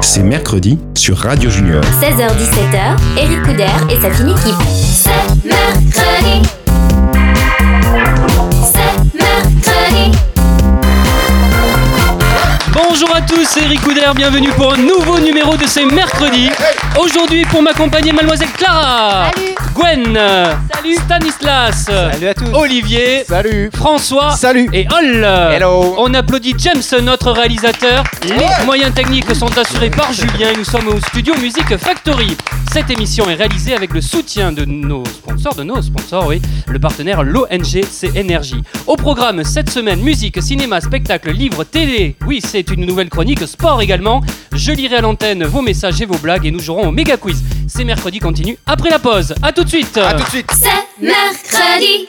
c'est mercredi sur Radio Junior. 16h-17h, Eric Couder et sa fine équipe. C'est mercredi. C'est mercredi. Bonjour à tous, c'est Eric Couder, bienvenue pour un nouveau numéro de ces mercredis. Aujourd'hui, pour m'accompagner, mademoiselle Clara, Gwen, Stanislas, Salut à tous. Olivier, Salut. François Salut. et Hol. Hello. On applaudit James, notre réalisateur. Les moyens techniques sont assurés par Julien et nous sommes au studio Music Factory. Cette émission est réalisée avec le soutien de nos sponsors, de nos sponsors, oui, le partenaire l'ONG CNRJ. Au programme cette semaine, musique, cinéma, spectacle, livre, télé. Oui, c'est une nouvelle chronique, sport également. Je lirai à l'antenne vos messages et vos blagues et nous jouerons au méga quiz. C'est mercredi continue après la pause. À tout de suite. À tout de suite. C'est mercredi.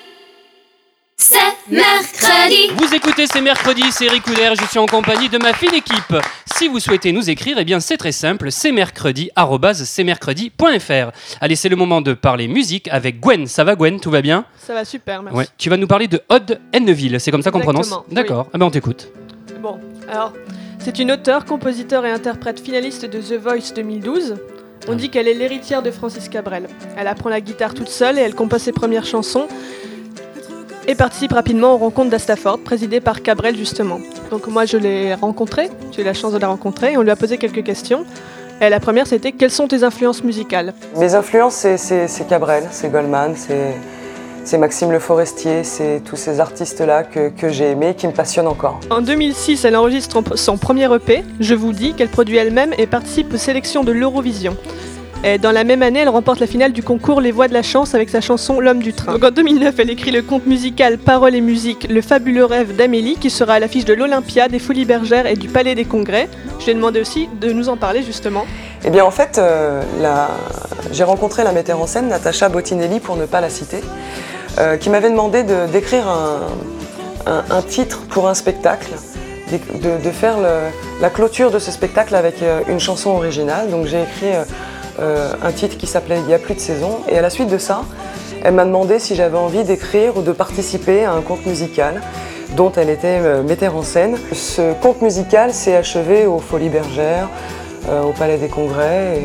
C'est mercredi. Vous écoutez, c'est mercredi, c'est Eric Couder, je suis en compagnie de ma fine équipe. Si vous souhaitez nous écrire, eh bien c'est très simple, c'est mercredi, arrobase, c'est mercredi.fr. Allez, c'est le moment de parler musique avec Gwen. Ça va Gwen, tout va bien Ça va super, merci. Ouais. Tu vas nous parler de Odd Henneville, c'est comme ça qu'on prononce Exactement, oui. D'accord, ah ben on t'écoute. Bon, alors, c'est une auteure, compositeur et interprète finaliste de The Voice 2012. On dit qu'elle est l'héritière de Francis Cabrel. Elle apprend la guitare toute seule et elle compose ses premières chansons et participe rapidement aux rencontres d'Astaford, présidée par Cabrel justement. Donc moi je l'ai rencontrée, j'ai eu la chance de la rencontrer et on lui a posé quelques questions. Et la première c'était quelles sont tes influences musicales Mes influences, c'est- c'est c'est Cabrel, c'est Goldman, c'est c'est Maxime Le Forestier, c'est tous ces artistes-là que, que j'ai aimés, qui me passionnent encore. En 2006, elle enregistre en- son premier EP, Je vous dis, qu'elle produit elle-même et participe aux sélections de l'Eurovision. Et dans la même année, elle remporte la finale du concours Les Voix de la Chance avec sa chanson L'homme du train. Donc en 2009, elle écrit le conte musical Paroles et musique, Le fabuleux rêve d'Amélie, qui sera à l'affiche de l'Olympia, des Folies Bergères et du Palais des Congrès. Je lui ai demandé aussi de nous en parler justement. Eh bien, en fait, euh, la- j'ai rencontré la metteur en scène, Natacha Bottinelli, pour ne pas la citer, euh, qui m'avait demandé de- d'écrire un, un- un titre pour un spectacle, d'é- de, de faire le- la clôture de ce spectacle avec euh, une chanson originale. Donc, j'ai écrit euh, euh, un titre qui s'appelait Il n'y a plus de saison. Et à la suite de ça, elle m'a demandé si j'avais envie d'écrire ou de participer à un conte musical dont elle était euh, metteur en scène. Ce conte musical s'est achevé aux Folies Bergères, euh, au Palais des Congrès.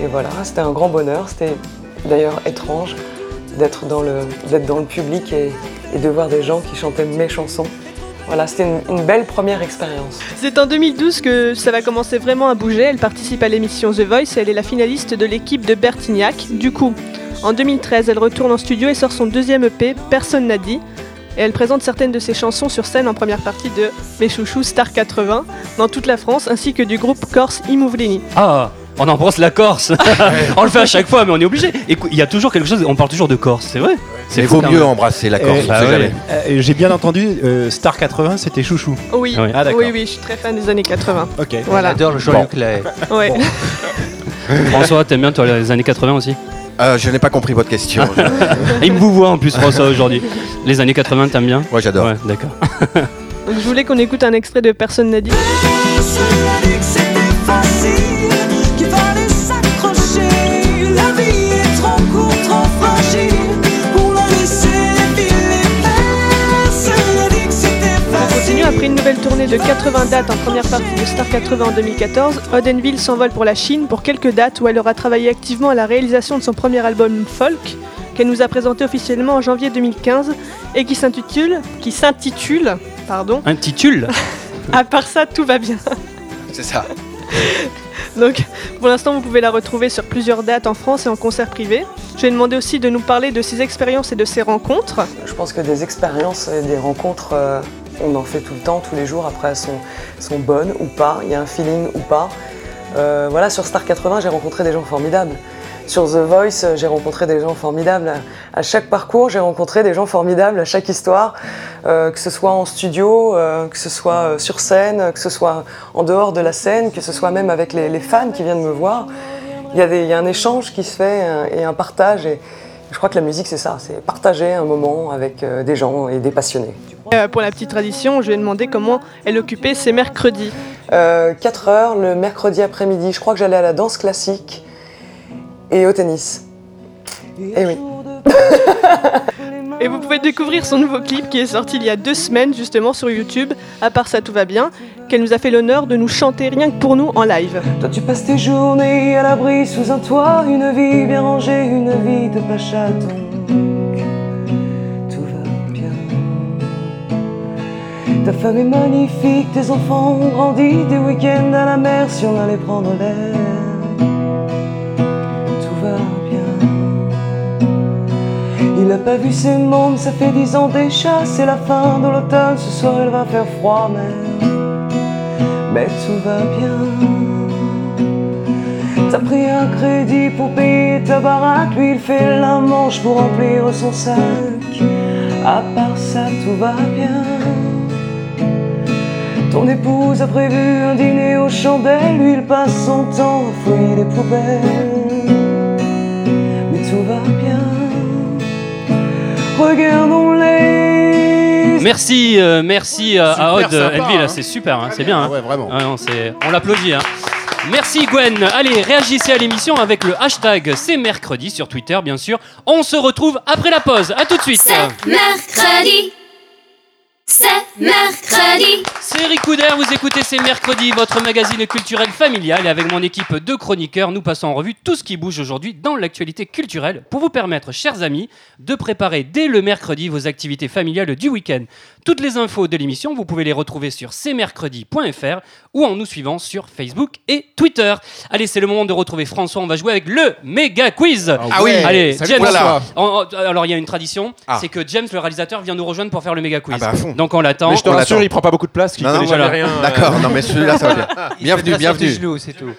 Et, et voilà, c'était un grand bonheur. C'était d'ailleurs étrange d'être dans le, d'être dans le public et, et de voir des gens qui chantaient mes chansons. Voilà, c'était une, une belle première expérience. C'est en 2012 que ça va commencer vraiment à bouger. Elle participe à l'émission The Voice et elle est la finaliste de l'équipe de Bertignac. Du coup, en 2013, elle retourne en studio et sort son deuxième EP, Personne n'a dit. Et elle présente certaines de ses chansons sur scène en première partie de Mes Chouchous Star 80 dans toute la France ainsi que du groupe Corse Imouvlini. Ah, on embrasse la Corse. on le fait à chaque fois, mais on est obligé. Écoute, il y a toujours quelque chose, on parle toujours de Corse, c'est vrai. C'est Il fou vaut quand mieux même. embrasser la Corse, Eh, on bah sait ouais. jamais. Euh, J'ai bien entendu, euh, Star 80, c'était Chouchou. Oui, Ah ouais. Ah, d'accord. oui, oui, je suis très fan des années 80. Ok. Voilà. J'adore le Bon. Jean-Luc Lahaye. Ouais. François, t'aimes bien toi les années 80 aussi Euh, je n'ai pas compris votre question. Je- Il me vous voit en plus François aujourd'hui. Les années 80, t'aimes bien Moi, j'adore. Ouais, d'accord. Donc, je voulais qu'on écoute un extrait de Personne n'a dit. On continue après une nouvelle tournée de 80 dates en première partie de Star 80 en 2014. Odenville s'envole pour la Chine pour quelques dates où elle aura travaillé activement à la réalisation de son premier album Folk qu'elle nous a présenté officiellement en janvier 2015 et qui s'intitule qui s'intitule pardon Un titule à part ça tout va bien. C'est ça. Donc pour l'instant vous pouvez la retrouver sur plusieurs dates en France et en concert privé. Je lui ai demandé aussi de nous parler de ses expériences et de ses rencontres. Je pense que des expériences et des rencontres, euh, on en fait tout le temps, tous les jours. Après, elles sont, sont bonnes ou pas, il y a un feeling ou pas. Euh, voilà, sur Star 80, j'ai rencontré des gens formidables. Sur The Voice, euh, j'ai rencontré des gens formidables. À chaque parcours, j'ai rencontré des gens formidables, à chaque histoire, euh, que ce soit en studio, euh, que ce soit euh, sur scène, euh, que ce soit en dehors de la scène, que ce soit même avec les, les fans qui viennent me voir. Il y, a des- il y a un échange qui se fait euh, et un partage. Et je crois que la musique, c'est ça, c'est partager un moment avec euh, des gens et des passionnés. Euh, pour la petite tradition, je lui ai demandé comment elle occupait ses mercredis. 4 Euh, heures le mercredi après-midi. Je crois que j'allais à la danse classique et au tennis. Et oui. Et vous pouvez découvrir son nouveau clip qui est sorti il y a deux semaines justement sur YouTube, à part ça tout va bien, qu'elle nous a fait l'honneur de nous chanter rien que pour nous en live. Toi tu passes tes journées à l'abri sous un toit, une vie bien rangée, une vie de pacha donc tout va bien. Ta femme est magnifique, tes enfants ont grandi, des week-ends à la mer si on allait prendre l'air. Tout va bien. Il n'a pas vu ses mondes, ça fait dix ans déjà, c'est la fin de l'automne, ce soir il va faire froid mais... Mais tout va bien. T'as pris un crédit pour payer ta baraque, lui il fait la manche pour remplir son sac. À part ça, tout va bien. Ton épouse a prévu un dîner aux chandelles, lui il passe son temps à fouiller les poubelles. Mais tout va bien. Regardons-les. Merci, euh, merci euh, à Super Odd euh, sympa, Envy, là, hein. c'est super, hein, c'est bien. hein. ouais, vraiment. Ah non, c'est- on l'applaudit. hein. Merci Gwen. Allez, réagissez à l'émission avec le hashtag C'est mercredi sur Twitter, bien sûr. On se retrouve après la pause. À tout de suite. C'est mercredi. C'est mercredi. C'est Ricouder, vous écoutez C'est mercredi, votre magazine culturel familial. Et avec mon équipe de chroniqueurs, nous passons en revue tout ce qui bouge aujourd'hui dans l'actualité culturelle pour vous permettre, chers amis, de préparer dès le mercredi vos activités familiales du week-end. Toutes les infos de l'émission, vous pouvez les retrouver sur cmercredi.fr ou en nous suivant sur Facebook et Twitter. Allez, c'est le moment de retrouver François. On va jouer avec le méga quiz. Ah oui, Allez, salut, James. voilà. En- en- alors, il y a une tradition, Ah. c'est que James, le réalisateur, vient nous rejoindre pour faire le méga quiz. Ah bah, à fond. Donc, on l'attend. Mais je te on rassure, l'attend. il prend pas beaucoup de place. qu'il Non, non, connaît moi, jamais j'ai rien. D'accord, non mais celui-là ça va bien. Bienvenue, bienvenue. c'est tout.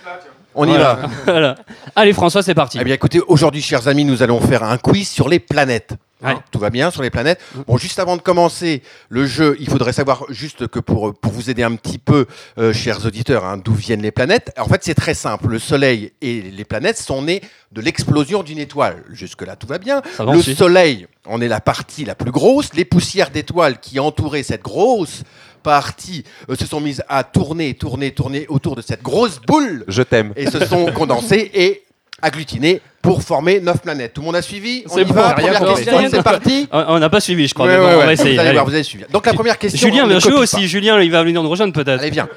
On y va. Voilà. Allez François, c'est parti. Eh bien écoutez, aujourd'hui chers amis, nous allons faire un quiz sur les planètes. Hein, Ouais. tout va bien sur les planètes. Bon, juste avant de commencer le jeu, il faudrait savoir juste que pour, euh, pour vous aider un petit peu, euh, chers auditeurs, hein, d'où viennent les planètes. En fait, c'est très simple. Le Soleil et les planètes sont nés de l'explosion d'une étoile. Jusque-là, tout va bien. Ça va, le si. Soleil en est la partie la plus grosse. Les poussières d'étoiles qui entouraient cette grosse partie euh, se sont mises à tourner, tourner, tourner autour de cette grosse boule Je t'aime. et se sont condensées et agglutinées pour former neuf planètes. Tout le monde a suivi On C'est y bon, va j'ai rien Première compris. question, J'ai rien c'est parti On on n'a pas suivi, je crois. Ouais, mais bon, ouais, on va ouais. essayer. Vous allez Allez. voir, vous allez suivre. Donc la première question. Julien on ne vient jouer copie aussi. Julien, il va venir nous rejoindre pas. peut-être. Ah. Allez, viens.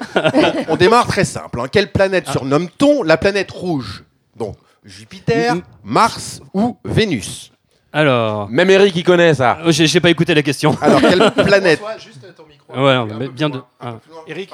on démarre très simple. hein. Quelle planète surnomme-t-on la planète rouge Donc Jupiter, Mhm. Mars ou Vénus Alors, Même Eric, il connaît ça. euh, j'ai j'ai pas écouté la question. Alors quelle planète Ouais, non, mais bien de ah, Eric.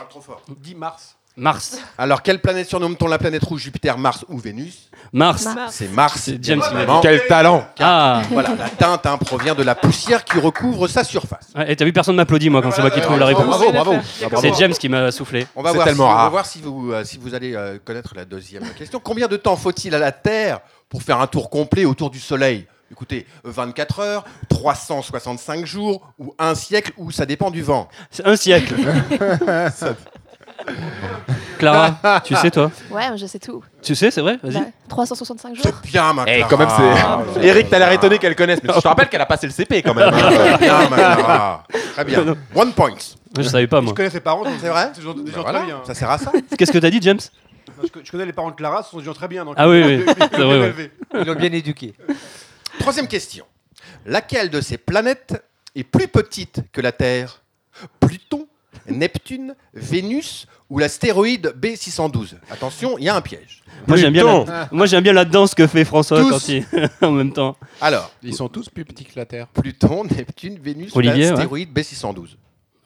10 mars. Mars, Alors quelle planète surnomme-t-on la planète rouge Jupiter, Mars ou Vénus Mars. Mars. C'est Mars. C'est James qui m'a dit. évidemment. Quel talent Ah, Voilà, la teinte hein, provient de la poussière qui recouvre sa surface. Ouais, et t'as vu personne m'applaudit moi quand c'est moi qui Ah trouve la Bravo, réponse. bah, bravo, bravo. C'est James qui m'a soufflé. On va, C'est voir si, tellement on va rare. voir si vous, euh, si vous allez euh, connaître la deuxième question. Combien de temps faut-il à la Terre pour faire un tour complet autour du Soleil Écoutez, 24 heures, 365 jours, ou un siècle, ou ça dépend du vent. C'est un siècle. Clara, tu sais toi Ouais, je sais tout. Tu sais, c'est vrai Bah, Vas-y. 365 jours. C'est bien, ma Eh, Clara. quand même, Ah, c'est. Eric, t'as l'air étonné qu'elle connaisse. Mais je te rappelle qu'elle a passé le CP quand même. hein. c'est bien, ma Ah, bah, Clara. Très bien. One point. Je savais pas moi. connais ses parents, donc C'est vrai c'est des gens, des Ben gens voilà, très bien. Ça sert à ça. Qu'est-ce que t'as dit, James Non, je, co- je connais les parents de Clara, ce sont des gens très bien. Donc Ah oui, oui. C'est vrai, ouais. élevé. Ils l'ont bien éduqué. Troisième question. Laquelle de ces planètes est plus petite que la Terre Pluton, Neptune, Vénus ou l'astéroïde B612 Attention, il y a un piège. Moi j'aime bien. Pluton. la- Moi j'aime bien la danse que fait François Tous. quand il en même temps. Alors, Ils sont tous plus petits que la Terre. Pluton, Neptune, Vénus Olivier, ou l'astéroïde B612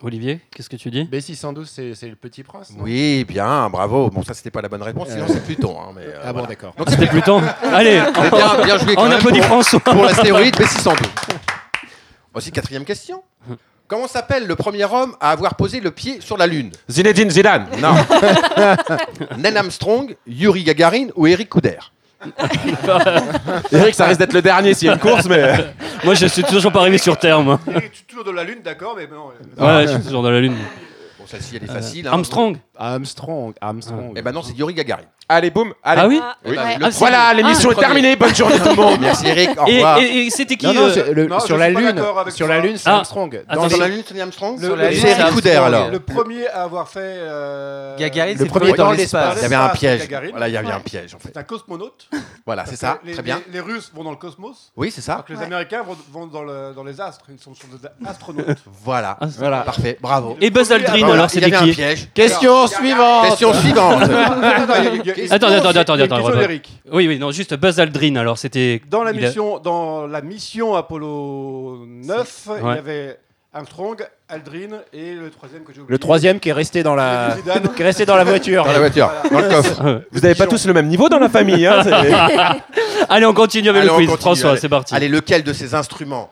Olivier, qu'est-ce que tu dis B612, c'est le petit prince. Oui, bien, bravo. Bon, ça, c'était pas la bonne réponse, sinon c'est Pluton. hein, mais, euh, voilà. d'accord. Donc, Ah, C'était Pluton. Allez, c'est bien, bien joué quand on même applaudit pour, François. pour l'astéroïde B612. Voici quatrième question. Comment s'appelle le premier homme à avoir posé le pied sur la Lune Zinedine Zidane. Non. Neil Armstrong, Yuri Gagarin ou Eric Couder Eric, ça risque d'être le dernier s'il y a une course, mais. euh, Moi, je suis toujours pas arrivé sur Terre, moi. Eric, tu es toujours de la lune, d'accord, mais non. euh, Ouais, je suis toujours dans la lune. Bon, celle-ci, elle est Euh, facile. hein. Armstrong Armstrong, Armstrong. Eh ben non, c'est Yuri Gagarin. Allez, boum. Allez. Ah oui Ah, Eh ben, ouais. le Ah, c'est- Voilà, l'émission Ah, est terminée. Bonne journée tout le monde. premier. Merci Eric, au Et, revoir. et- et c'était qui non, non, euh, c'est le- non, sur je la suis pas Lune, d'accord avec sur toi. la Lune, c'est Ah. Armstrong. Attends, Dans c'est- la Lune, Tony Armstrong Sur Sur la la Lune, C'est Eric Armstrong, Couder, alors. Le premier à avoir fait. euh, Gagarine, le c'est le premier premier dans dans l'espace. l'espace. Il y avait un l'espace, piège. Gagarine. Voilà, il y avait un piège, en fait. C'est un cosmonaute. Voilà, c'est ça. Les- Très bien. Les, les Russes vont dans le cosmos. Oui, c'est Alors ça. que les Ouais. Américains vont, vont dans, le- dans les astres. Ils sont, sont des astronautes. Voilà. Ah, c'est- Voilà. Parfait. Bravo. Et Buzz Aldrin, Voilà, alors Ah, bah, Il y c'était avait un qui piège. Question suivante. Question suivante. Attends, attends, attends, attends, attends. Eric. Oui, oui, non, juste Buzz Aldrin, alors c'était. Dans la, il a- mission, dans la mission Apollo 9, il Ouais. y avait Armstrong, Aldrin et le troisième que j'ai oublié. Le troisième qui est resté dans la, C'est Zidane. qui est resté dans la voiture. Dans la voiture, dans le coffre. Vous n'avez pas tous le même niveau dans la famille. Hein, c'est- Allez, on continue avec Allez, le on quiz. continue, François, allez. c'est parti. Allez, lequel de ces instruments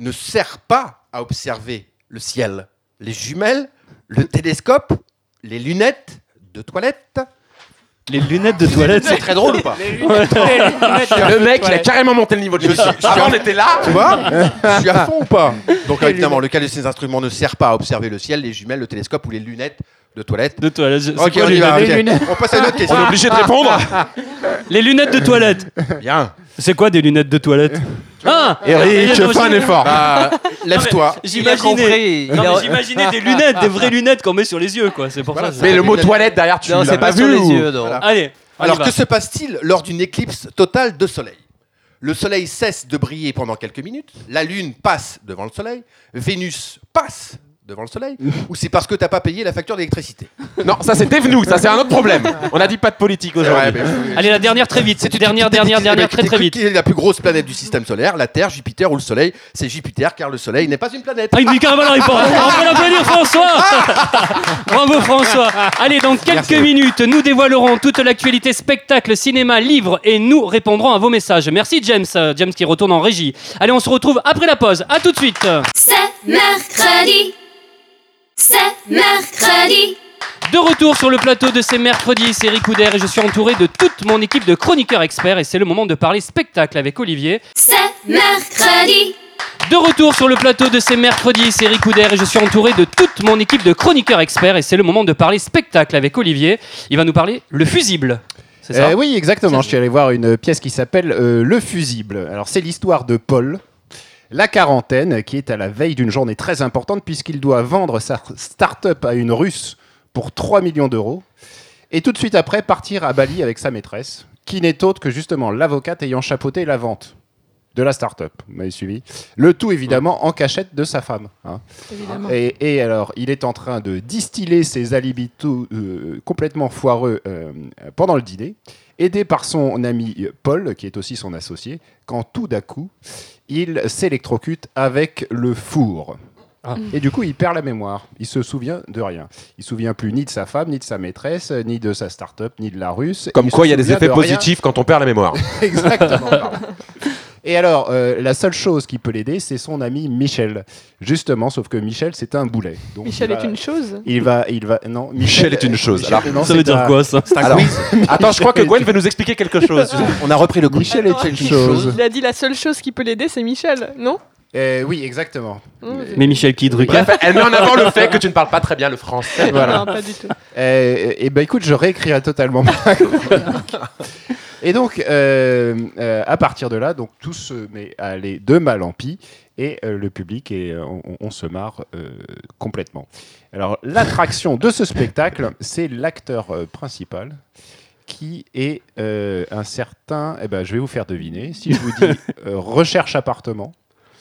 ne sert pas à observer le ciel Les jumelles, le télescope, les lunettes de toilette Les lunettes de toilette. C'est très drôle ou pas Le mec, il a carrément monté le niveau de Je suis- l'émission. je suis Avant, en- on était là. Tu vois Je suis à fond ou pas Donc évidemment, lequel de ces instruments ne sert pas à observer le ciel Les jumelles, le télescope ou les lunettes de toilette De toilette. c'est Ok, quoi, on les y va. lunettes ok. On passe à une autre On est question. obligé de répondre. Les lunettes de toilette. Bien. C'est quoi des lunettes de toilette Ah Eric, Non, fais un j'ai- effort. Bah, Euh, lève-toi. Il a J'imaginais. compris. Non, il a- mais j'imaginais des lunettes, des vraies lunettes qu'on met sur les yeux, quoi. C'est pour ça. Mais le mot toilette derrière, tu Non, l'as c'est pas vu sur les ou- yeux, non. Allez. on y Alors va. que se passe-t-il lors d'une éclipse totale de soleil Le soleil cesse de briller pendant quelques minutes, la lune passe devant le soleil, Vénus passe devant le soleil, ou c'est parce que t'as pas payé la facture d'électricité Non, ça c'est Devenu, ça c'est un autre problème. On a dit pas de politique aujourd'hui. Allez, la dernière très vite. Dernière, dernière, Eh dernière, très très vite. Qui est ben, la plus grosse planète du système solaire La Terre, Jupiter ou le Soleil C'est Jupiter car le Soleil n'est pas une planète. Ah, il dit qu'un bonne réponse. On peut l'applaudir, François. Bravo, François. Allez, dans quelques Merci. minutes, nous dévoilerons toute l'actualité spectacle, cinéma, livre et nous répondrons à vos messages. Merci, James. Euh, James qui retourne en régie. Allez, on se retrouve après la pause. À tout de suite. C'est mercredi. C'est mercredi. De retour sur le plateau de ces mercredis, c'est Eric Couder et je suis entouré de toute mon équipe de chroniqueurs experts et c'est le moment de parler spectacle avec Olivier. C'est mercredi. De retour sur le plateau de ces mercredis, c'est Eric Couder et je suis entouré de toute mon équipe de chroniqueurs experts et c'est le moment de parler spectacle avec Olivier. Il va nous parler le fusible. C'est ça Euh, oui, exactement. Je suis allé voir une pièce qui s'appelle euh, Le Fusible. Alors, c'est l'histoire de Paul, la quarantaine, qui est à la veille d'une journée très importante puisqu'il doit vendre sa start-up à une Russe pour 3 millions d'euros et tout de suite après partir à Bali avec sa maîtresse, qui n'est autre que justement l'avocate ayant chapeauté la vente de la start-up. Vous m'avez suivi Le tout évidemment en cachette de sa femme. hein. évidemment. Et, et alors, il est en train de distiller ses alibis tout, euh, complètement foireux euh, pendant le dîner, aidé par son ami euh, Paul, qui est aussi son associé, quand tout d'un coup, il s'électrocute avec le four. Ah. Et du coup, il perd la mémoire. Il se souvient de rien. Il se souvient plus ni de sa femme, ni de sa maîtresse, ni de sa start-up, ni de la russe. Comme Il quoi, se il y a des souvient effets de rien. positifs quand on perd la mémoire. Exactement. pardon. Et alors, euh, la seule chose qui peut l'aider, c'est son ami Michel. Justement, sauf que Michel, c'est un boulet. Donc, Michel il va- est une chose. Il va, il va, non. Michel est une chose. Michel- Alors, non, Ça c'est veut dire un- quoi ça C'est un Alors, quiz. Attends, je crois que Gwen veut nous expliquer quelque chose. On a repris le quiz. Michel est une chose. Il a dit la seule chose qui peut l'aider, c'est Michel, non Euh, oui, exactement. Mmh. Eh. Mais Michel qui Drucker Bref, elle met en avant le fait que tu ne parles pas très bien le français. Non, pas du tout. et ben écoute, je réécrirai totalement. ma chronique. et donc, euh, euh, à partir de là, donc tout se met à aller de mal en pis et euh, le public et euh, on, on se marre euh, complètement. Alors l'attraction de ce spectacle, c'est l'acteur euh, principal qui est euh, un certain. Eh ben, je vais vous faire deviner. Si je vous dis euh, recherche appartement.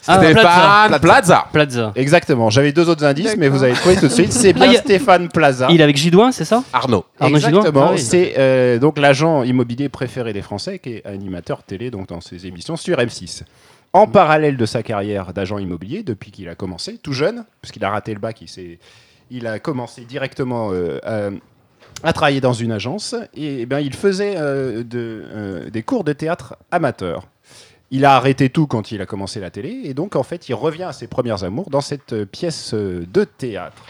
Ah, Stéphane Plaza. Plaza. Plaza. Exactement. J'avais deux autres indices, mais vous avez trouvé tout de suite. C'est Ah, bien il y a- Stéphane Plaza. Il est avec Gidouin, c'est ça Arnaud. Arnaud Gidouin Exactement. Ah oui. C'est euh, donc l'agent immobilier préféré des Français qui est animateur télé donc dans ses émissions sur M6. En Mm. parallèle de sa carrière d'agent immobilier, depuis qu'il a commencé, tout jeune, puisqu'il a raté le bac, il, s'est- il a commencé directement euh, à, à travailler dans une agence. Et, eh bien, il faisait euh, de, euh, des cours de théâtre amateurs. Il a arrêté tout quand il a commencé la télé, et donc en fait, il revient à ses premiers amours dans cette euh, pièce euh, de théâtre.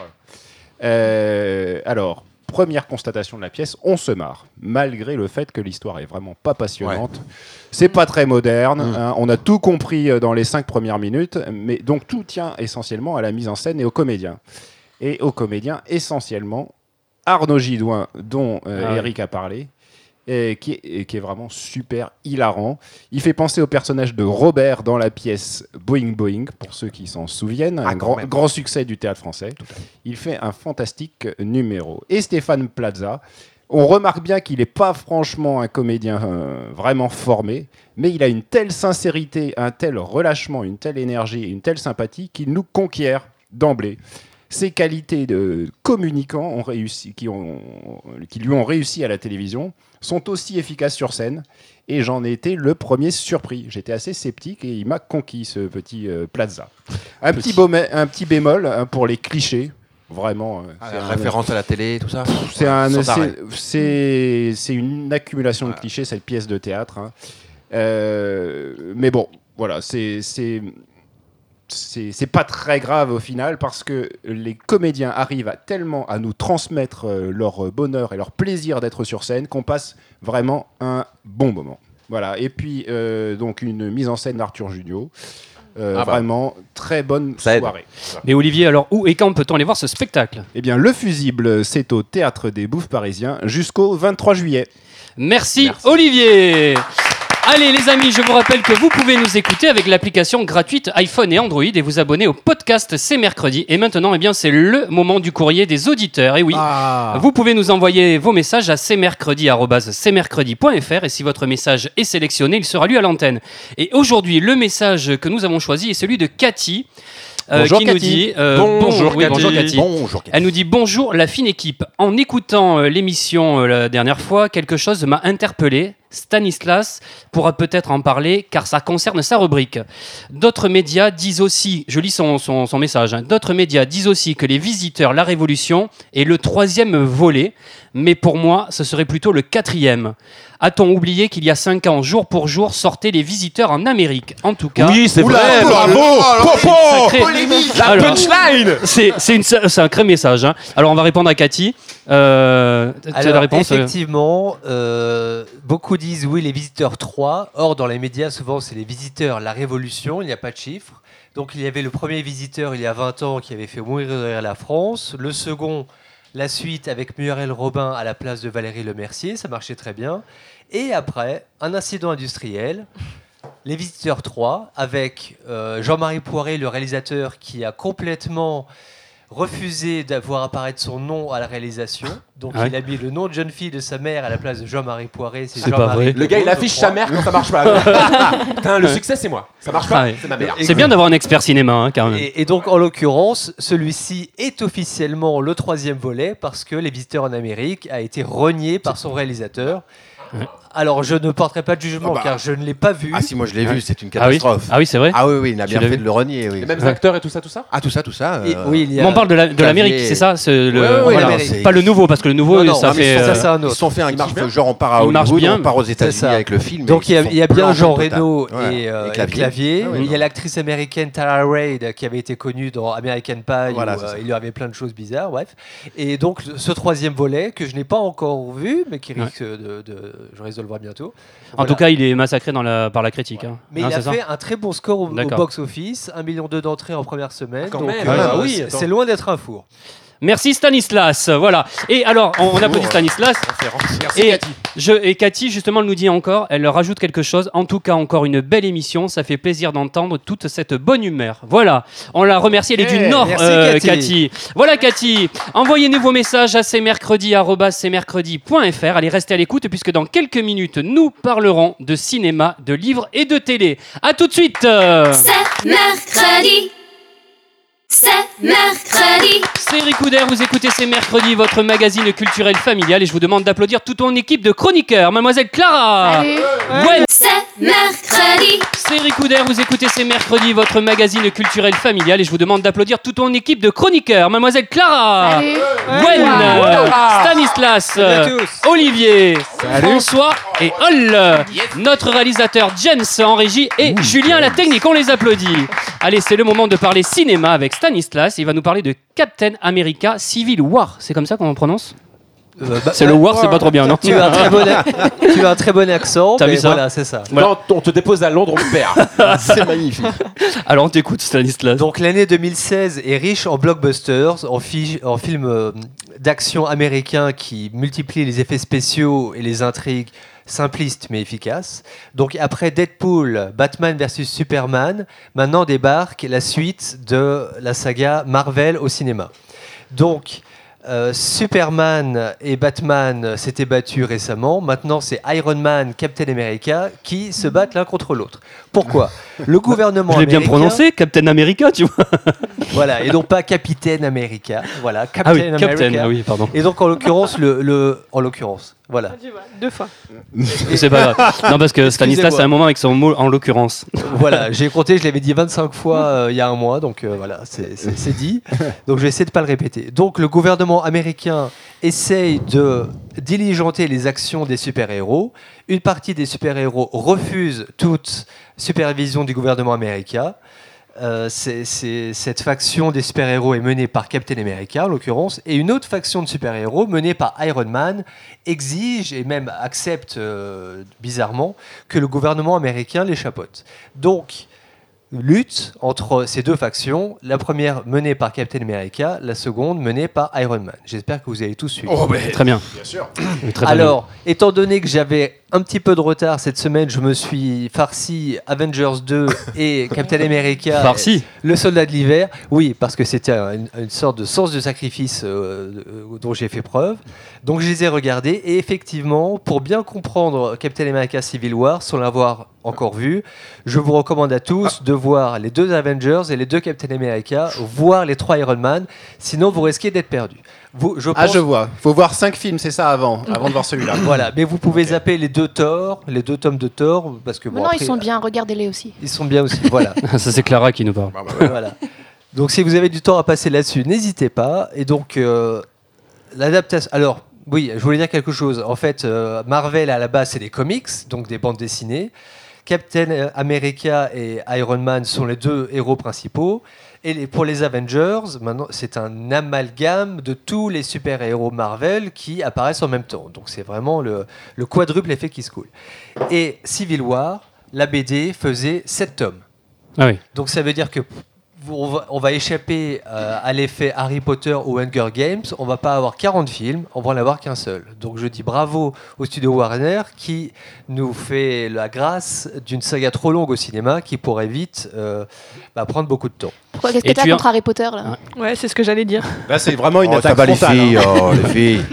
Euh, alors, première constatation de la pièce, on se marre, malgré le fait que l'histoire est vraiment pas passionnante. C'est pas très moderne, Mmh. hein, on a tout compris euh, dans les cinq premières minutes, mais donc tout tient essentiellement à la mise en scène et aux comédiens. et aux comédiens essentiellement Arnaud Gidoin, dont euh, Ah oui. Eric a parlé. Et qui, est, et qui est vraiment super hilarant. Il fait penser au personnage de Robert dans la pièce Boeing Boeing, pour ceux qui s'en souviennent, un quand Ah, grand, même. grand succès du théâtre français. Il fait un fantastique numéro. Et Stéphane Plaza, on remarque bien qu'il n'est pas franchement un comédien euh, vraiment formé, mais il a une telle sincérité, un tel relâchement, une telle énergie, et une telle sympathie qu'il nous conquiert d'emblée. Ses qualités de communicant ont réussi, qui, ont, qui lui ont réussi à la télévision sont aussi efficaces sur scène et j'en ai été le premier surpris. J'étais assez sceptique et il m'a conquis ce petit euh, Plaza. Un petit, baumé- un petit bémol hein, pour les clichés, vraiment. euh, c'est un- référence à Ah, la télé, tout ça. c'est un- Sans c'est- arrêt. c'est- c'est une accumulation de Voilà. clichés, cette pièce de théâtre. hein. Euh, mais bon, voilà, c'est. c'est- C'est c'est pas très grave au final parce que les comédiens arrivent à tellement à nous transmettre euh, leur euh, bonheur et leur plaisir d'être sur scène qu'on passe vraiment un bon moment. Voilà. Et puis euh, donc une mise en scène d'Arthur Junio, Euh, Ah bah. vraiment très bonne Ça aide. soirée. Mais Olivier, alors où et quand peut-on aller voir ce spectacle Eh bien, le fusible, c'est au théâtre des Bouffes Parisiens jusqu'au 23 juillet. Eh Merci, Olivier Allez les amis, je vous rappelle que vous pouvez nous écouter avec l'application gratuite iPhone et Android et vous abonner au podcast C'est mercredi. Et maintenant, eh bien, c'est le moment du courrier des auditeurs. Et oui, Ah. Vous pouvez nous envoyer vos messages à cmercredi.fr et si votre message est sélectionné, il sera lu à l'antenne. Et aujourd'hui, le message que nous avons choisi est celui de Cathy Bonjour, qui nous Cathy. dit euh, Bonjour, oui, bonjour Cathy. Cathy. Bonjour. Elle nous dit bonjour la fine équipe. En écoutant euh, l'émission euh, la dernière fois, quelque chose m'a interpellé. Stanislas pourra peut-être en parler car ça concerne sa rubrique. D'autres médias disent aussi, je lis son, son- son message, hein. d'autres médias disent aussi que les visiteurs, la révolution est le troisième volet, mais pour moi ce serait plutôt le quatrième. A-t-on oublié qu'il y a cinq ans, jour pour jour, sortaient les visiteurs en Amérique En tout cas, Oui, c'est Oula, vrai. bravo. Popo Sacré- La Alors, punchline c'est c'est une- c'est un sacré message. hein. Alors on va répondre à Cathy. Euh, tu as la Alors, réponse euh effectivement, euh, beaucoup disent oui, les visiteurs 3. Or, dans les médias, souvent, c'est les visiteurs, la révolution, il n'y a pas de chiffre. Donc, il y avait le premier visiteur il y a 20 ans qui avait fait mourir de rire la France. Le second, la suite avec Muriel Robin à la place de Valérie Lemercier, ça marchait très bien. Et après, un incident industriel. Les Visiteurs 3, avec euh, Jean-Marie Poiré, le réalisateur, qui a complètement refusé d'avoir apparaître son nom à la réalisation. Donc Ah ouais. il a mis le nom de jeune fille de sa mère à la place de Jean-Marie Poiré. C'est pas Jean-Marie vrai. Poiré, Le gars, il je affiche crois. sa mère quand ça marche pas. Putain, le succès, c'est moi. Ça marche Ah pas, ouais. c'est ma mère. C'est bien d'avoir un expert cinéma hein, quand même. Et, et donc, en l'occurrence, celui-ci est officiellement le troisième volet parce que Les Visiteurs en Amérique a été renié par son réalisateur. Alors, je ne porterai pas de jugement Ah bah. car je ne l'ai pas vu. Ah si, moi je l'ai vu, c'est une Ah oui, catastrophe. ah oui c'est vrai. Ah oui, oui, il a Tu bien l'as fait vu de le renier, oui. Les mêmes acteurs et tout ça, tout ça Ah tout ça, tout ça. Et- euh, oui, il y a- Mais on parle de la- de Xavier- l'Amérique, c'est ça ce- le- Ouais, ouais, ouais, voilà. non, c'est- c'est- Pas le nouveau, parce que le nouveau, Non, non, ça non, mais fait. ils sont- ça, euh, c'est un Ils se autre. sont fait un Il marche kiff, bien. genre on part à Il marche Hollywood, bien. on part aux États-Unis ça. avec le film. Donc et il y a, ils il y a sont bien plantés Jean total. Reno Voilà. et, euh, et Clavier. Clavier. Ah oui, il y non. a l'actrice américaine Tara Reid qui avait été connue dans American Pie Voilà, où c'est euh, ça. il y avait plein de choses bizarres, bref. Et donc ce troisième volet que je n'ai pas encore vu mais qui Ouais. risque de, de- je risque de le voir bientôt. En Voilà. tout cas, il est massacré dans la, par la critique. hein. Mais Hein, il a c'est ça fait un très bon score au, au D'accord. box-office, 1,2 million d'entrées en première semaine. quand donc, même. euh, Ah oui, c'est- attends. c'est loin d'être un four. Merci Stanislas, voilà. Et alors, on, on applaudit Stanislas. et, Je, et Cathy, justement, elle nous dit encore, elle leur rajoute quelque chose. En tout cas, encore une belle émission. Ça fait plaisir d'entendre toute cette bonne humeur. Voilà, on la remercie. Elle est du Yeah, Nord, merci, euh, Cathy. Cathy. Voilà, Cathy. Envoyez-nous vos messages à cmercredi.fr. Allez, restez à l'écoute, puisque dans quelques minutes, nous parlerons de cinéma, de livres et de télé. À tout de suite. euh. C'est mercredi. C'est mercredi. C'est Ricoudère, vous écoutez C'est Mercredi, votre magazine culturel familial, et je vous demande d'applaudir toute mon équipe de chroniqueurs. Mademoiselle Clara Gwen C'est mercredi. C'est Ricoudère, vous écoutez C'est Mercredi, votre magazine culturel familial, et je vous demande d'applaudir toute mon équipe de chroniqueurs. Mademoiselle Clara Gwen euh, Stanislas à euh, tous. Olivier François et Hol Notre réalisateur James en régie et Julien à la technique, on les applaudit Allez, c'est le moment de parler cinéma avec Stanislas, il va nous parler de Captain America Civil War, c'est comme ça qu'on prononce Euh, bah, C'est le war, c'est pas trop bien, non Tu as un très bon, ac- tu as un très bon accent. T'as mais vu ça Voilà, c'est ça. Voilà. Quand on te dépose à Londres, on perd. C'est magnifique. Alors on t'écoute, Stanislas. Donc l'année 2016 est riche en blockbusters, en, fi- en films euh, d'action américains qui multiplient les effets spéciaux et les intrigues simplistes mais efficaces. Donc après Deadpool, Batman vs Superman, maintenant débarque la suite de la saga Marvel au cinéma. Donc euh, Superman et Batman s'étaient battus récemment, maintenant c'est Iron Man, Captain America qui se battent l'un contre l'autre. Pourquoi Le gouvernement Je l'ai bien américain- prononcé, Captain America, tu vois. voilà, et donc pas Capitaine America. Voilà, Captain Ah oui, America. Captain, ah oui, pardon. Et donc en l'occurrence, le, le- en l'occurrence, voilà. Deux fois. C'est pas grave. Non, parce que Stanislas Excusez-moi. a un moment avec son mot en l'occurrence. voilà, j'ai compté, je l'avais dit 25 fois euh, il y a un mois, donc euh, voilà, c'est- c'est c'est dit. Donc je vais essayer de pas le répéter. Donc le gouvernement américain essaye de diligenter les actions des super-héros. Une partie des super-héros refuse toute supervision du gouvernement américain. Euh, c'est- c'est- cette faction des super-héros est menée par Captain America, en l'occurrence, et une autre faction de super-héros menée par Iron Man exige et même accepte euh, bizarrement que le gouvernement américain les chapeaute. Donc, lutte entre ces deux factions, la première menée par Captain America, la seconde menée par Iron Man. J'espère que vous avez tous suivi. Oh, mais- Très bien. Bien sûr. Oui, très, très Alors, étant donné que j'avais un petit peu de retard cette semaine, je me suis farci Avengers 2 et Mmh. Captain America. bien. Farci. Le soldat de l'hiver, oui, parce que c'était une, une sorte de sens de sacrifice euh, euh, dont j'ai fait preuve. Donc je les ai regardés et effectivement, pour bien comprendre Captain America Civil War, sans l'avoir encore vu, je vous recommande à tous Ah. de voir les deux Avengers et les deux Captain America, voire les trois Iron Man, sinon vous risquez d'être perdu. Vous, je Ah, pense- je vois. Faut voir 5 films, c'est ça, avant, avant de voir celui-là. Voilà, mais vous pouvez zapper les deux Thor, les deux tomes de Thor, parce que bon, Maintenant, après, euh, ils sont bien, regardez-les aussi. ils sont bien aussi. Voilà. Ça, c'est Clara qui nous parle. Voilà. Donc si vous avez du temps à passer là-dessus, n'hésitez pas. Et donc euh, l'adaptation. Alors oui, je voulais dire quelque chose. En fait, euh, Marvel à la base c'est des comics, donc des bandes dessinées. Captain America et Iron Man sont les deux héros principaux. Et les- pour les Avengers, maintenant, c'est un amalgame de tous les super-héros Marvel qui apparaissent en même temps. Donc c'est vraiment le, le quadruple effet qui se coule. Et Civil War, la BD faisait 7 tomes. Ah oui. Donc ça veut dire que vous- on va, on va échapper euh, à l'effet Harry Potter ou Hunger Games. On va pas avoir 40 films, on va en avoir qu'un seul. Donc je dis bravo au studio Warner qui nous fait la grâce d'une saga trop longue au cinéma qui pourrait vite euh, bah, prendre beaucoup de temps. Pourquoi Qu'est-ce Et que t'as tu as- contre Harry Potter là Ouais, c'est ce que j'allais dire. Là, c'est vraiment une Oh, ça attaque va les frontale, filles, hein. oh, les filles.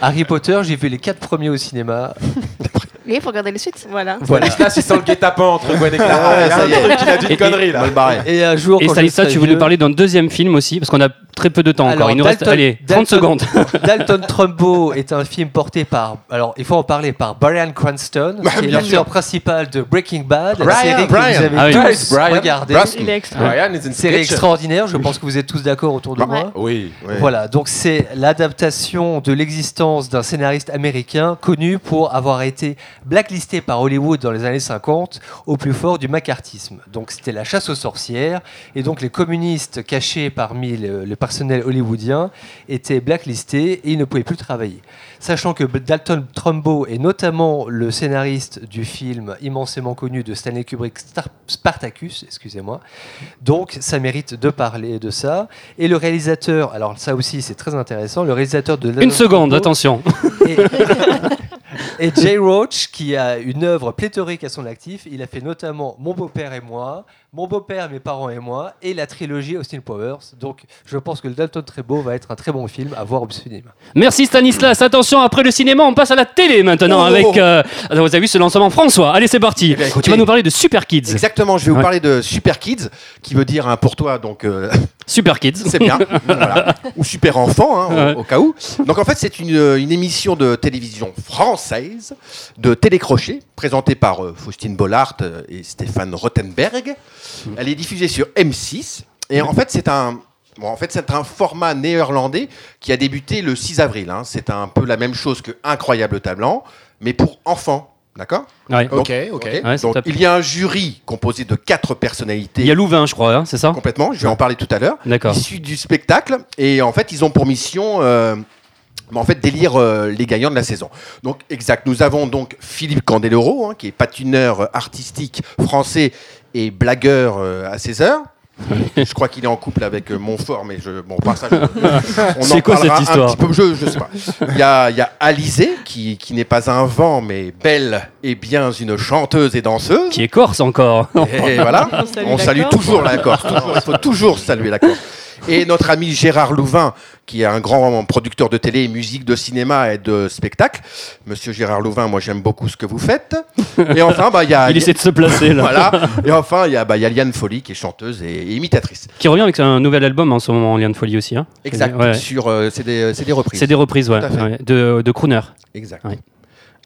Harry Potter, j'ai vu les quatre premiers au cinéma. Oui, faut regarder les suites. Voilà. Voilà. Ah, Stanislas, il sent le guet-apens entre Gwen et Clara. Ah Ouais, Il y a ça un y est. truc, il a dit Et- et- une connerie, là. Mal barré. Et un jour, Et quand je Stanislas, serai tu voulais vieux- nous parler d'un deuxième film aussi, parce qu'on a très peu de temps encore. Alors, Il nous reste, Dalton- allez, 30 Dalton- secondes. Dalton Trumbo est un film porté par, alors il faut en parler, par Brian Cranston, qui est Bah, bien l'acteur principal de Breaking Bad, la Brian, série Brian. que vous Ah oui. avez tous Brian. regardée. Brian. Il est extra. Ryan is in Une série stitch. extraordinaire, je pense que vous êtes tous d'accord autour de Ouais. moi. Bah, Oui. oui. Voilà, donc c'est l'adaptation de l'existence d'un scénariste américain connu pour avoir été blacklisté par Hollywood dans les années 50 au plus fort du macartisme. Donc c'était la chasse aux sorcières, et donc les communistes cachés parmi le, le personnel hollywoodien étaient blacklistés et ils ne pouvaient plus travailler. Sachant que Dalton Trumbo est notamment le scénariste du film immensément connu de Stanley Kubrick, Star- Spartacus, excusez-moi. Donc ça mérite de parler de ça. Et le réalisateur, alors ça aussi c'est très intéressant, le réalisateur de Une seconde, attention attention. et, et Jay Roach, qui a une œuvre pléthorique à son actif, il a fait notamment Mon beau-père et moi, Mon beau-père, mes parents et moi, et la trilogie Austin Powers. Donc je pense que le Dalton Trebo va être un très bon film à voir au cinéma. Merci Stanislas. Attention, après le cinéma, on passe à la télé maintenant Oh. avec. euh, alors, vous avez vu ce lancement François. Allez, c'est parti. bien, tu écoutez- vas nous parler de Super Kids. Exactement, je vais vous Ouais. parler de Super Kids, qui veut dire hein, pour toi, donc euh, Super Kids. c'est bien, Voilà. ou Super Enfant, hein, au- au, cas où. Donc en fait, c'est une, euh, une émission de télévision française, de télécrochet, présentée par euh, Faustine Bollard euh, et Stéphane Rottenberg. Elle est diffusée sur M6, et en fait, c'est un... bon, en fait, c'est un format néerlandais qui a débuté le 6 avril. hein. C'est un peu la même chose que Incroyable Tableau, mais pour enfants, d'accord Ouais. Ok, ok. Ok. Ouais, c'est Donc, top. il y a un jury composé de quatre personnalités. Il y a Louvain, je crois, hein, c'est ça Complètement, je vais en parler tout à l'heure. D'accord. Issus du spectacle. Et en fait, ils ont pour mission euh, mais en fait délire euh, les gagnants de la saison. Donc exact, nous avons donc Philippe Candeloro, hein, qui est patineur euh, artistique français et blagueur euh, à ses heures. je crois qu'il est en couple avec euh, Montfort, mais je, bon, par ça, je- on en C'est quoi parlera cette histoire un petit peu. Je, je sais pas. Il y a, il y a Alizé, qui, qui n'est pas un vent, mais belle et bien une chanteuse et danseuse. Qui est corse encore. Et voilà, On salue on la salue Corse. toujours la Corse. toujours, il faut toujours saluer la Corse. Et notre ami Gérard Louvain, qui est un grand producteur de télé, musique, de cinéma et de spectacle. Monsieur Gérard Louvain, moi j'aime beaucoup ce que vous faites. Et enfin, bah, il y a. Il essaie de se placer, là. voilà. Et enfin, il y, a- bah, il y a Liane Folly, qui est chanteuse et, et imitatrice. Qui revient avec un nouvel album en ce moment en lien de folie aussi. hein. Exact. Ouais. Sur, euh, c'est des, c'est des reprises. C'est des reprises, ouais, Tout à fait. ouais, de, de crooner. Exact. Ouais.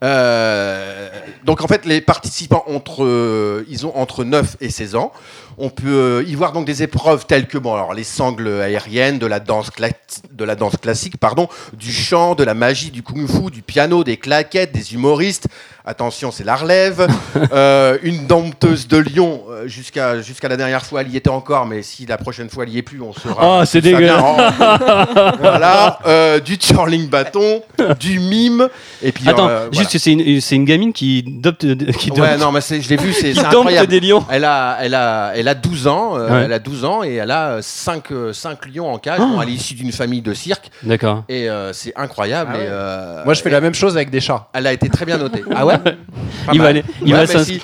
Euh, donc en fait, les participants entre, euh, ils ont entre 9 et 16 ans. On peut euh, y voir donc des épreuves telles que bon, alors, les sangles aériennes, de la danse, cla- de la danse classique, pardon, du chant, de la magie, du kung-fu, du piano, des claquettes, des humoristes. Attention, c'est la relève. Euh, une dompteuse de Lyon, euh, jusqu'à jusqu'à la dernière fois, elle y était encore, mais si la prochaine fois, elle y est plus, on saura. Ah, c'est Ça vient dégueulasse. en- voilà, euh, du twirling bâton, du mime, et puis Attends, euh, voilà. juste, c'est une, c'est une gamine qui dopte. Qui Ouais, dompte- non, mais c'est- je l'ai vu, c'est qui c'est dompte incroyable. des lions. Elle a, elle a, elle a 12 ans, euh, Ouais. elle a 12 ans et elle a euh, 5, lions en cage. Ah. Bon, elle est issue d'une famille de cirque. D'accord. Et euh, c'est incroyable. Ah et, euh, Moi, je fais la même chose avec des chats. Elle a été très bien notée. Ah ouais Pas Il va mal. aller. Il Ouais, va mais s'ins- si.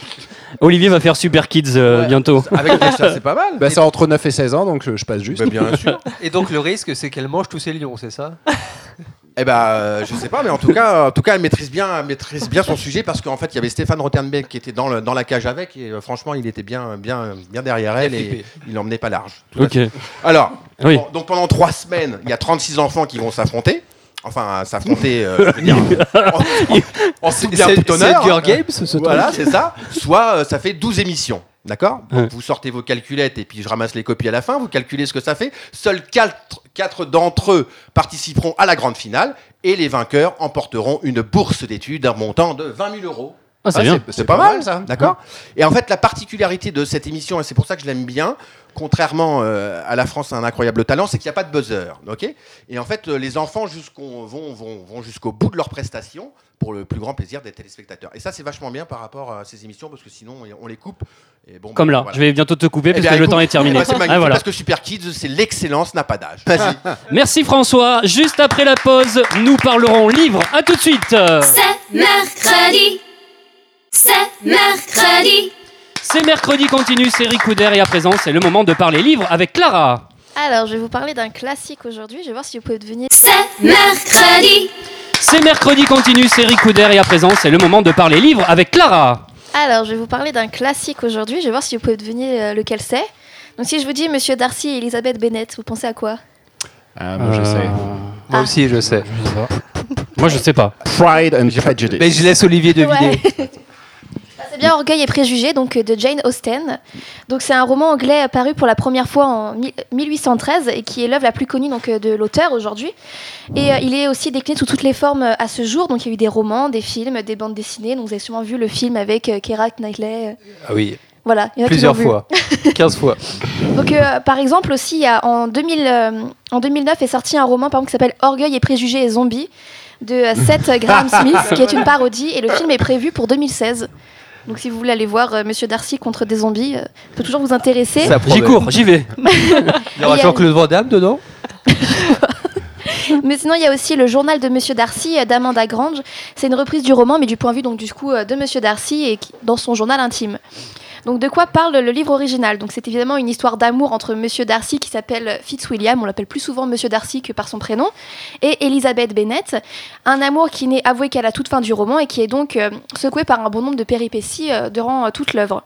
Olivier va faire Super Kids euh, bientôt. Avec des chats, c'est pas mal. Bah, c'est entre 9 et 16 ans, donc je, je passe Bah, Bah, juste. bien sûr. Et donc le risque, c'est qu'elle mange tous ses lions, c'est ça Eh ben, euh, je sais pas, mais en tout cas, en tout cas, elle maîtrise bien, elle maîtrise bien son sujet parce qu'en fait, il y avait Stéphane Rottenberg qui était dans, le- dans la cage avec et euh, franchement, il était bien, bien, bien derrière elle et il l'emmenait pas large. Tout à Ok. fait. Alors, Oui. bon, donc pendant trois semaines, il y a 36 enfants qui vont s'affronter. Enfin, euh, s'affronter, euh, je veux dire, en- en- en- bien C'est- tout c'est honneur. Edgar Games, ce- ce Voilà, truc. c'est ça. Soit euh, ça fait 12 émissions. D'accord Donc, Vous sortez vos calculettes et puis je ramasse les copies à la fin. Vous calculez ce que ça fait. Seuls 4, d'entre eux participeront à la grande finale et les vainqueurs emporteront une bourse d'études d'un montant de 20 000 euros. Ah, c'est Ah, bien. c'est- C'est pas, mal, ça. D'accord Et en fait, la particularité de cette émission, et c'est pour ça que je l'aime bien, contrairement euh, à La France a un incroyable talent, c'est qu'il n'y a pas de buzzer. ok et en fait, euh, les enfants jusqu'au- vont, vont- vont jusqu'au bout de leur prestation pour le plus grand plaisir des téléspectateurs. Et ça, c'est vachement bien par rapport à ces émissions, parce que sinon, on les coupe. Et bon, Comme bah, là, voilà. je vais bientôt te couper Eh parce bien, que le écoute, temps est terminé. bah, c'est magnifique, Ah, voilà. parce que Super Kids, c'est l'excellence n'a pas d'âge. Vas-y. Merci François. Juste après la pause, nous parlerons livre. À tout de suite. C'est mercredi. C'est mercredi. C'est mercredi continue, c'est Ricoudère et à présent c'est le moment de parler livre avec Clara. Alors, je vais vous parler d'un classique aujourd'hui. Je vais voir si vous pouvez deviner. C'est mercredi. C'est mercredi continue, c'est Ricoudère et à présent c'est le moment de parler livre avec Clara. Alors, je vais vous parler d'un classique aujourd'hui. Je vais voir si vous pouvez deviner euh, lequel c'est. Donc, si je vous dis Monsieur Darcy et Elisabeth Bennett, vous pensez à quoi Ah, moi, je sais. Euh, Moi aussi, je sais. Moi, je sais pas. Pride and Prejudice. Mais je laisse Olivier deviner. Ouais. Bah, C'est bien Orgueil et Préjugés donc euh, de Jane Austen. Donc c'est un roman anglais euh, paru pour la première fois en mi- 1813 et qui est l'œuvre la plus connue donc euh, de l'auteur aujourd'hui. Et euh, il est aussi décliné sous toutes les formes euh, à ce jour. Donc il y a eu des romans, des films, des bandes dessinées. Donc vous avez sûrement vu le film avec euh, Keira Knightley. euh, Ah oui. Voilà, il y en a Plusieurs qui l'ont vu. fois. 15 fois. Donc, euh, par exemple, aussi, il y a- en, 2000, euh, en 2009 est sorti un roman par exemple, qui s'appelle Orgueil et préjugés et zombies de euh, Seth Graham Smith, qui est une parodie, et le film est prévu pour 2016. Donc, si vous voulez aller voir euh, Monsieur Darcy contre des zombies, euh, ça peut toujours vous intéresser. euh, J'y cours, j'y vais. Il y aura Il y a- Jean-Claude Van Damme dedans Mais sinon, il y a aussi le journal de Monsieur Darcy euh, d'Amanda Grange. C'est une reprise du roman, mais du point de vue donc du coup euh, de Monsieur Darcy et qui- dans son journal intime. Donc, de quoi parle le livre original Donc, c'est évidemment une histoire d'amour entre Monsieur Darcy qui s'appelle Fitzwilliam. On l'appelle plus souvent Monsieur Darcy que par son prénom, et Elizabeth Bennet. Un amour qui n'est avoué qu'à la toute fin du roman et qui est donc euh, secoué par un bon nombre de péripéties euh, durant euh, toute l'œuvre.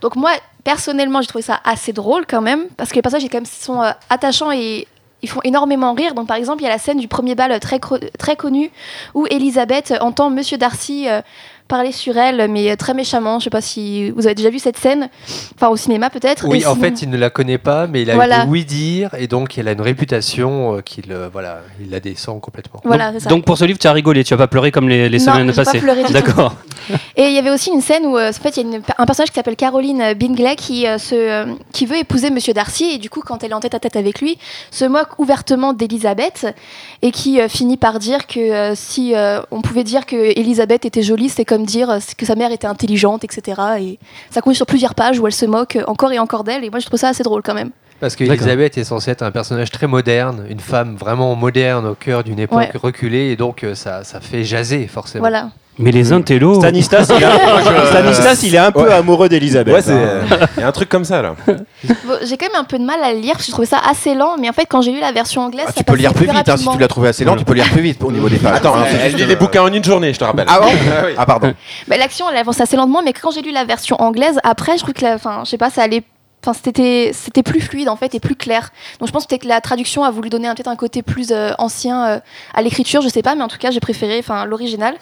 Donc moi, personnellement, j'ai trouvé ça assez drôle quand même, parce que les personnages ils quand même, sont euh, attachants et ils font énormément rire. Donc par exemple, il y a la scène du premier bal euh, très, cro- très connue où Elisabeth euh, entend Monsieur Darcy euh, parler sur elle, mais euh, très méchamment. Je sais pas si vous avez déjà vu cette scène, enfin au cinéma peut-être. Oui, Et en sinon- fait, il ne la connaît pas, mais il a Voilà. eu oui dire, et donc elle a une réputation euh, qu'il euh, voilà, il la descend complètement. Voilà, c'est ça. Donc pour ce livre, tu as rigolé, tu vas pas pleurer comme les, les Non, semaines j'ai pas passées. pleuré du tout. D'accord. Et il y avait aussi une scène où, euh, en fait, il y a une- un personnage qui s'appelle Caroline Bingley qui, euh, se, euh, qui veut épouser Monsieur Darcy et du coup, quand elle est en tête à tête avec lui, se moque ouvertement d'Elisabeth et qui euh, finit par dire que euh, si euh, on pouvait dire que Elisabeth était jolie, c'est comme dire euh, que sa mère était intelligente, etc. Et ça continue sur plusieurs pages où elle se moque euh, encore et encore d'elle et moi, je trouve ça assez drôle quand même. Parce que Elisabeth est censée être un personnage très moderne, une femme vraiment moderne au cœur d'une époque Ouais. reculée, et donc euh, ça, ça fait jaser forcément. Voilà. Mais les intellos. Stanislas, il est un, Stanislas, il est un peu Ouais. amoureux d'Elisabeth. Ouais, c'est. hein. Il y a un truc comme ça, là. Bon, j'ai quand même un peu de mal à le lire parce que je trouvais ça assez lent, mais en fait, quand j'ai lu la version anglaise, Ah, ça tu peux passait lire plus vite, hein, si rapidement. tu l'as trouvé assez lent, tu peux lire plus vite au niveau des pages. Attends, hein, c'est elle juste, lit des euh, bouquins en une journée, je te rappelle. Ah bon Ah oui. Ah pardon. Bah, l'action elle avance assez lentement mais quand j'ai lu la version anglaise après je trouve que la, enfin je sais pas ça allait enfin c'était c'était plus fluide en fait et plus clair donc je pense peut-être que la traduction a voulu donner un- peut-être un côté plus euh, ancien euh, à l'écriture je sais pas mais en tout cas j'ai préféré enfin l'original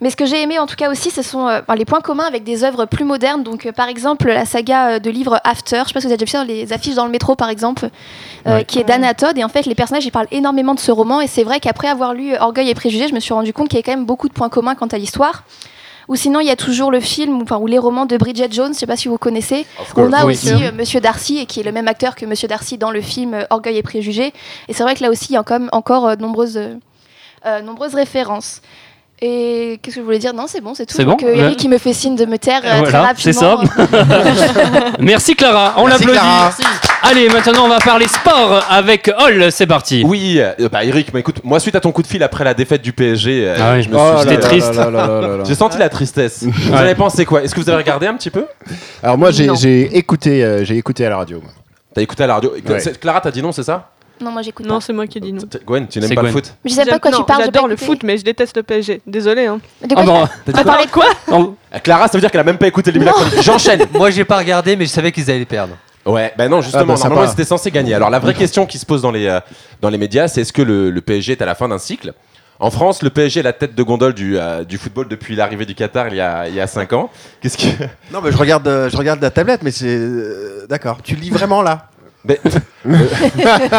mais ce que j'ai aimé en tout cas aussi ce sont euh, enfin, les points communs avec des œuvres plus modernes donc euh, par exemple la saga euh, de livres After je sais pas si vous avez déjà vu ça dans les affiches dans le métro par exemple euh, Ouais. qui est d'Anna Todd et en fait les personnages ils parlent énormément de ce roman et c'est vrai qu'après avoir lu euh, Orgueil et Préjugés je me suis rendu compte qu'il y avait quand même beaucoup de points communs quant à l'histoire ou sinon, il y a toujours le film, ou- enfin, ou les romans de Bridget Jones, je sais pas si vous connaissez. On a Oui. aussi euh, Monsieur Darcy, et qui est le même acteur que Monsieur Darcy dans le film euh, Orgueil et Préjugés. Et c'est vrai que là aussi, il y a quand même encore euh, nombreuses, euh, euh, nombreuses références. Et qu'est-ce que je voulais dire Non, c'est bon, c'est tout. C'est Donc, bon euh, Eric, Ouais. il me fait signe de me taire euh, très Voilà, c'est rapidement. Merci Clara, on Merci, l'applaudit. Clara. Allez, maintenant on va parler sport avec Hall, c'est parti. Oui, euh, bah Eric, mais écoute, moi, suite à ton coup de fil après la défaite du PSG, euh, Ah oui. je me suis Oh là j'étais là triste. là là là là là. J'ai senti la tristesse. Vous avez pensé quoi Est-ce que vous avez regardé un petit peu Alors moi, j'ai- j'ai écouté, euh, j'ai écouté à la radio. moi. T'as écouté à la radio. Ouais. C'est- Clara, t'as dit non, c'est ça Non, moi, j'écoute Non, pas. c'est moi qui dis non. T'as- Gwen, tu n'aimes C'est pas le Gwen. foot Je sais pas J'aime- quoi non, tu parles. j'ai J'adore pas le écouté. foot, mais je déteste le PSG. Désolé. Hein. De quoi Ah bon, tu vas parler de quoi on- Ah, Clara, ça veut dire qu'elle a même pas écouté le début de la chronique. J'enchaîne. Moi, j'ai pas regardé, mais je savais qu'ils allaient perdre. Ouais, ben non, Ah bah, justement, sympa. normalement, ils étaient censés gagner. Alors, la vraie question qui se pose dans les, euh, dans les médias, c'est est-ce que le, le PSG est à la fin d'un cycle En France, le PSG est la tête de gondole du, euh, du football depuis l'arrivée du Qatar il y a, il y a 5 ans. Qu'est-ce que. Non, mais je regarde, euh, je regarde la tablette, mais c'est euh, d'accord. Tu lis vraiment là Mais-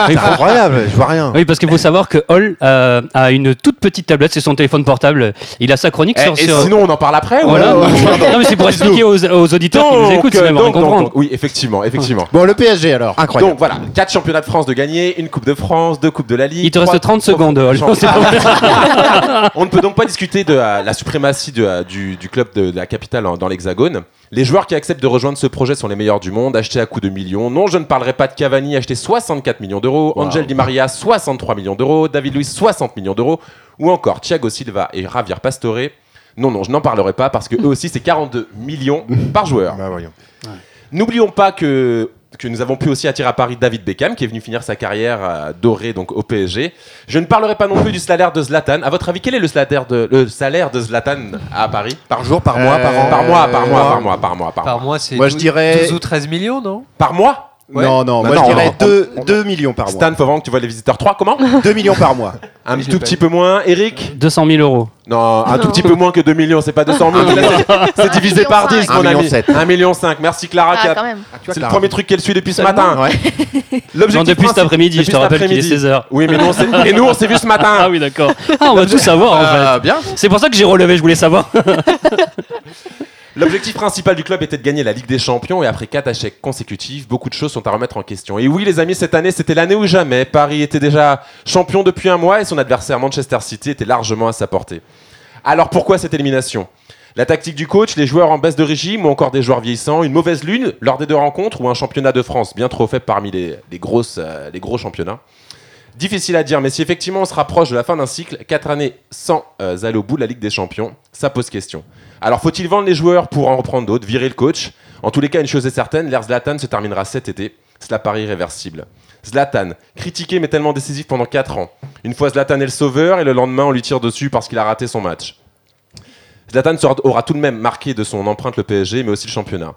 C'est incroyable, je vois rien. Oui, parce qu'il faut savoir que Hall euh, a une toute petite tablette, c'est son téléphone portable. Il a sa chronique Eh, sur. et sur- sinon, on en parle après ou euh, Voilà. alors non, mais c'est pour expliquer aux, aux auditeurs qui nous écoutent, euh, c'est même donc, rien comprendre. donc, oui, effectivement, effectivement. Bon, le PSG alors. Incroyable. Donc voilà, 4 championnats de France de gagner, une Coupe de France, deux Coupes de la Ligue. Il te trois- reste 30 secondes, Hall. Champions- C'est pas vrai. On ne peut donc pas discuter de euh, la suprématie de, euh, du, du club de, de la capitale en- dans l'Hexagone. Les joueurs qui acceptent de rejoindre ce projet sont les meilleurs du monde, achetés à coups de millions. Non, je ne parlerai pas de Cavani, acheté 64 millions d'euros. Angel Di Maria, 63 millions d'euros. David Luiz, 60 millions d'euros. Ou encore Thiago Silva et Javier Pastore. Non, non, je n'en parlerai pas parce que eux aussi, c'est 42 millions par joueur. Bah, voyons. N'oublions pas que, que nous avons pu aussi attirer à Paris David Beckham, qui est venu finir sa carrière euh, dorée donc au PSG. Je ne parlerai pas non plus du salaire de Zlatan. À votre avis, quel est le salaire de, le salaire de Zlatan à Paris Par jour, par mois, par an. Par mois, par mois, par mois, par mois, par Par mois. mois, c'est Ah, Moi, je 12 dirais- 12 ou 13 millions, non Par mois Ouais. Non, non, Bah moi non, je dirais on- 2 millions par mois. Stan, faut vraiment que tu vois les visiteurs 3, comment 2 millions par mois. Un Mais j'ai tout pas petit vu. peu moins. Eric 200 000 euros. Non, un tout petit peu moins que 2 millions, c'est pas 200 000. c'est- C'est divisé million par cinq. 10, Un mon million ami. sept. 1,5 million. cinq. Merci Clara. qui Ah, a- quand même. C'est le premier truc qu'elle suit depuis ce matin. Ouais. Non, L'objectif depuis cet principal- après-midi, je depuis te cet rappelle qu'il est après-midi. 16h. Oui, mais nous, on s'est- et nous, on s'est vu ce matin. Ah oui, d'accord. Ah, on va tout savoir en Euh, bien. fait. C'est pour ça que j'ai relevé, je voulais savoir. L'objectif principal du club était de gagner la Ligue des Champions et après 4 échecs consécutifs, beaucoup de choses sont à remettre en question. Et oui les amis, cette année c'était l'année ou jamais. Paris était déjà champion depuis un mois et son adversaire Manchester City était largement à sa portée. Alors pourquoi cette élimination La tactique du coach, les joueurs en baisse de régime ou encore des joueurs vieillissants, une mauvaise lune lors des deux rencontres ou un championnat de France bien trop faible parmi les, les grosses, euh, les gros championnats Difficile à dire, mais si effectivement on se rapproche de la fin d'un cycle, 4 années sans euh, aller au bout de la Ligue des Champions, ça pose question. Alors faut-il vendre les joueurs pour en reprendre d'autres, virer le coach En tous les cas, une chose est certaine, l'ère Zlatan se terminera cet été. Cela paraît irréversible. Zlatan, critiqué mais tellement décisif pendant 4 ans. Une fois Zlatan est le sauveur et le lendemain on lui tire dessus parce qu'il a raté son match. Zlatan sera- aura tout de même marqué de son empreinte le PSG mais aussi le championnat.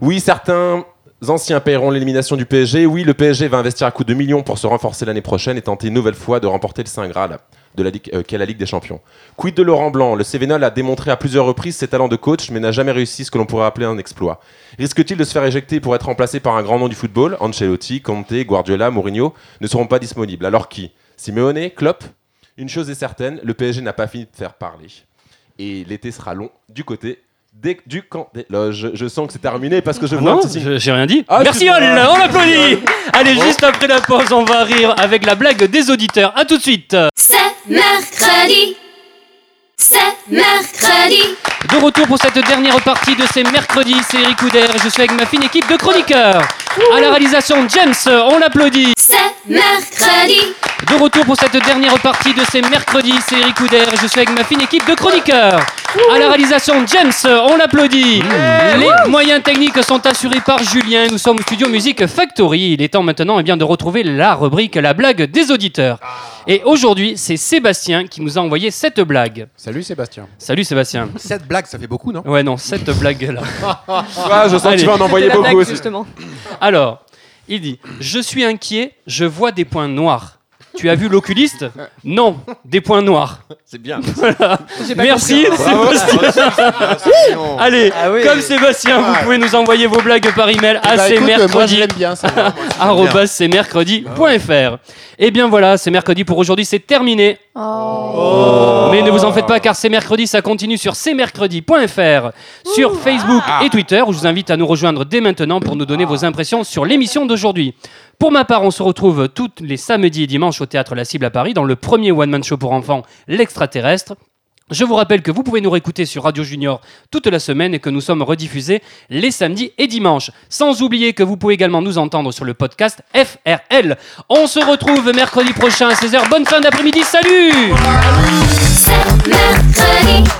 Oui, certains anciens paieront l'élimination du PSG. Oui, le PSG va investir à coup de millions pour se renforcer l'année prochaine et tenter une nouvelle fois de remporter le Saint Graal de la Ligue, euh, qu'est la Ligue des Champions. Quid de Laurent Blanc Le CVNOL a démontré à plusieurs reprises ses talents de coach, mais n'a jamais réussi ce que l'on pourrait appeler un exploit. Risque-t-il de se faire éjecter pour être remplacé par un grand nom du football Ancelotti, Conte, Guardiola, Mourinho ne seront pas disponibles. Alors qui Simeone Klopp Une chose est certaine, le PSG n'a pas fini de faire parler. Et l'été sera long du côté des- du camp des loges. Je sens que c'est terminé parce que je Ah vois non, un petit signe. je- j'ai rien dit. Ah, Merci Ol, excuse-moi. on l'applaudit. Allez, Bravo. juste après la pause, on va rire avec la blague des auditeurs. À tout de suite. C'est mercredi. C'est mercredi. De retour pour cette dernière partie de ces mercredis, c'est Eric Couder et je suis avec ma fine équipe de chroniqueurs. À la réalisation, James, on l'applaudit. Mercredi. De retour pour cette dernière partie de ces mercredis, c'est Eric Couder et je suis avec ma fine équipe de chroniqueurs. À la réalisation, James, on l'applaudit. Mmh. Les moyens techniques sont assurés par Julien. Nous sommes au studio Musique Factory. Il est temps maintenant eh bien, de retrouver la rubrique La blague des auditeurs. Ah. Et aujourd'hui, c'est Sébastien qui nous a envoyé cette blague. Salut Sébastien. Salut Sébastien. Cette blague, ça fait beaucoup, non Ouais, non, cette blague-là. Ah, je sens que tu vas en envoyer C'était la beaucoup blague, aussi. justement. Alors, il dit Je suis inquiet, je vois des points noirs. Tu as vu l'oculiste Non, des points noirs. C'est bien. J'ai pas Merci, compris. Sébastien. Allez, Ah oui. comme Sébastien, vous Ouais. pouvez nous envoyer vos blagues par email à Bah, écoute, euh, moi je cmercredi. l'aime bien ça. arobase cmercredi.fr. Et Eh bien voilà, c'est mercredi pour aujourd'hui, c'est terminé. Mais ne vous en faites pas car c'est mercredi, ça continue sur cmercredi.fr, sur Facebook et Twitter où je vous invite à nous rejoindre dès maintenant pour nous donner vos impressions sur l'émission d'aujourd'hui. Pour ma part, on se retrouve tous les samedis et dimanches au théâtre La Cible à Paris dans le premier one man show pour enfants, l'extraterrestre. Je vous rappelle que vous pouvez nous réécouter sur Radio Junior toute la semaine et que nous sommes rediffusés les samedis et dimanches. Sans oublier que vous pouvez également nous entendre sur le podcast FRL. On se retrouve mercredi prochain à 16h. Bonne fin d'après-midi. Salut C'est mercredi.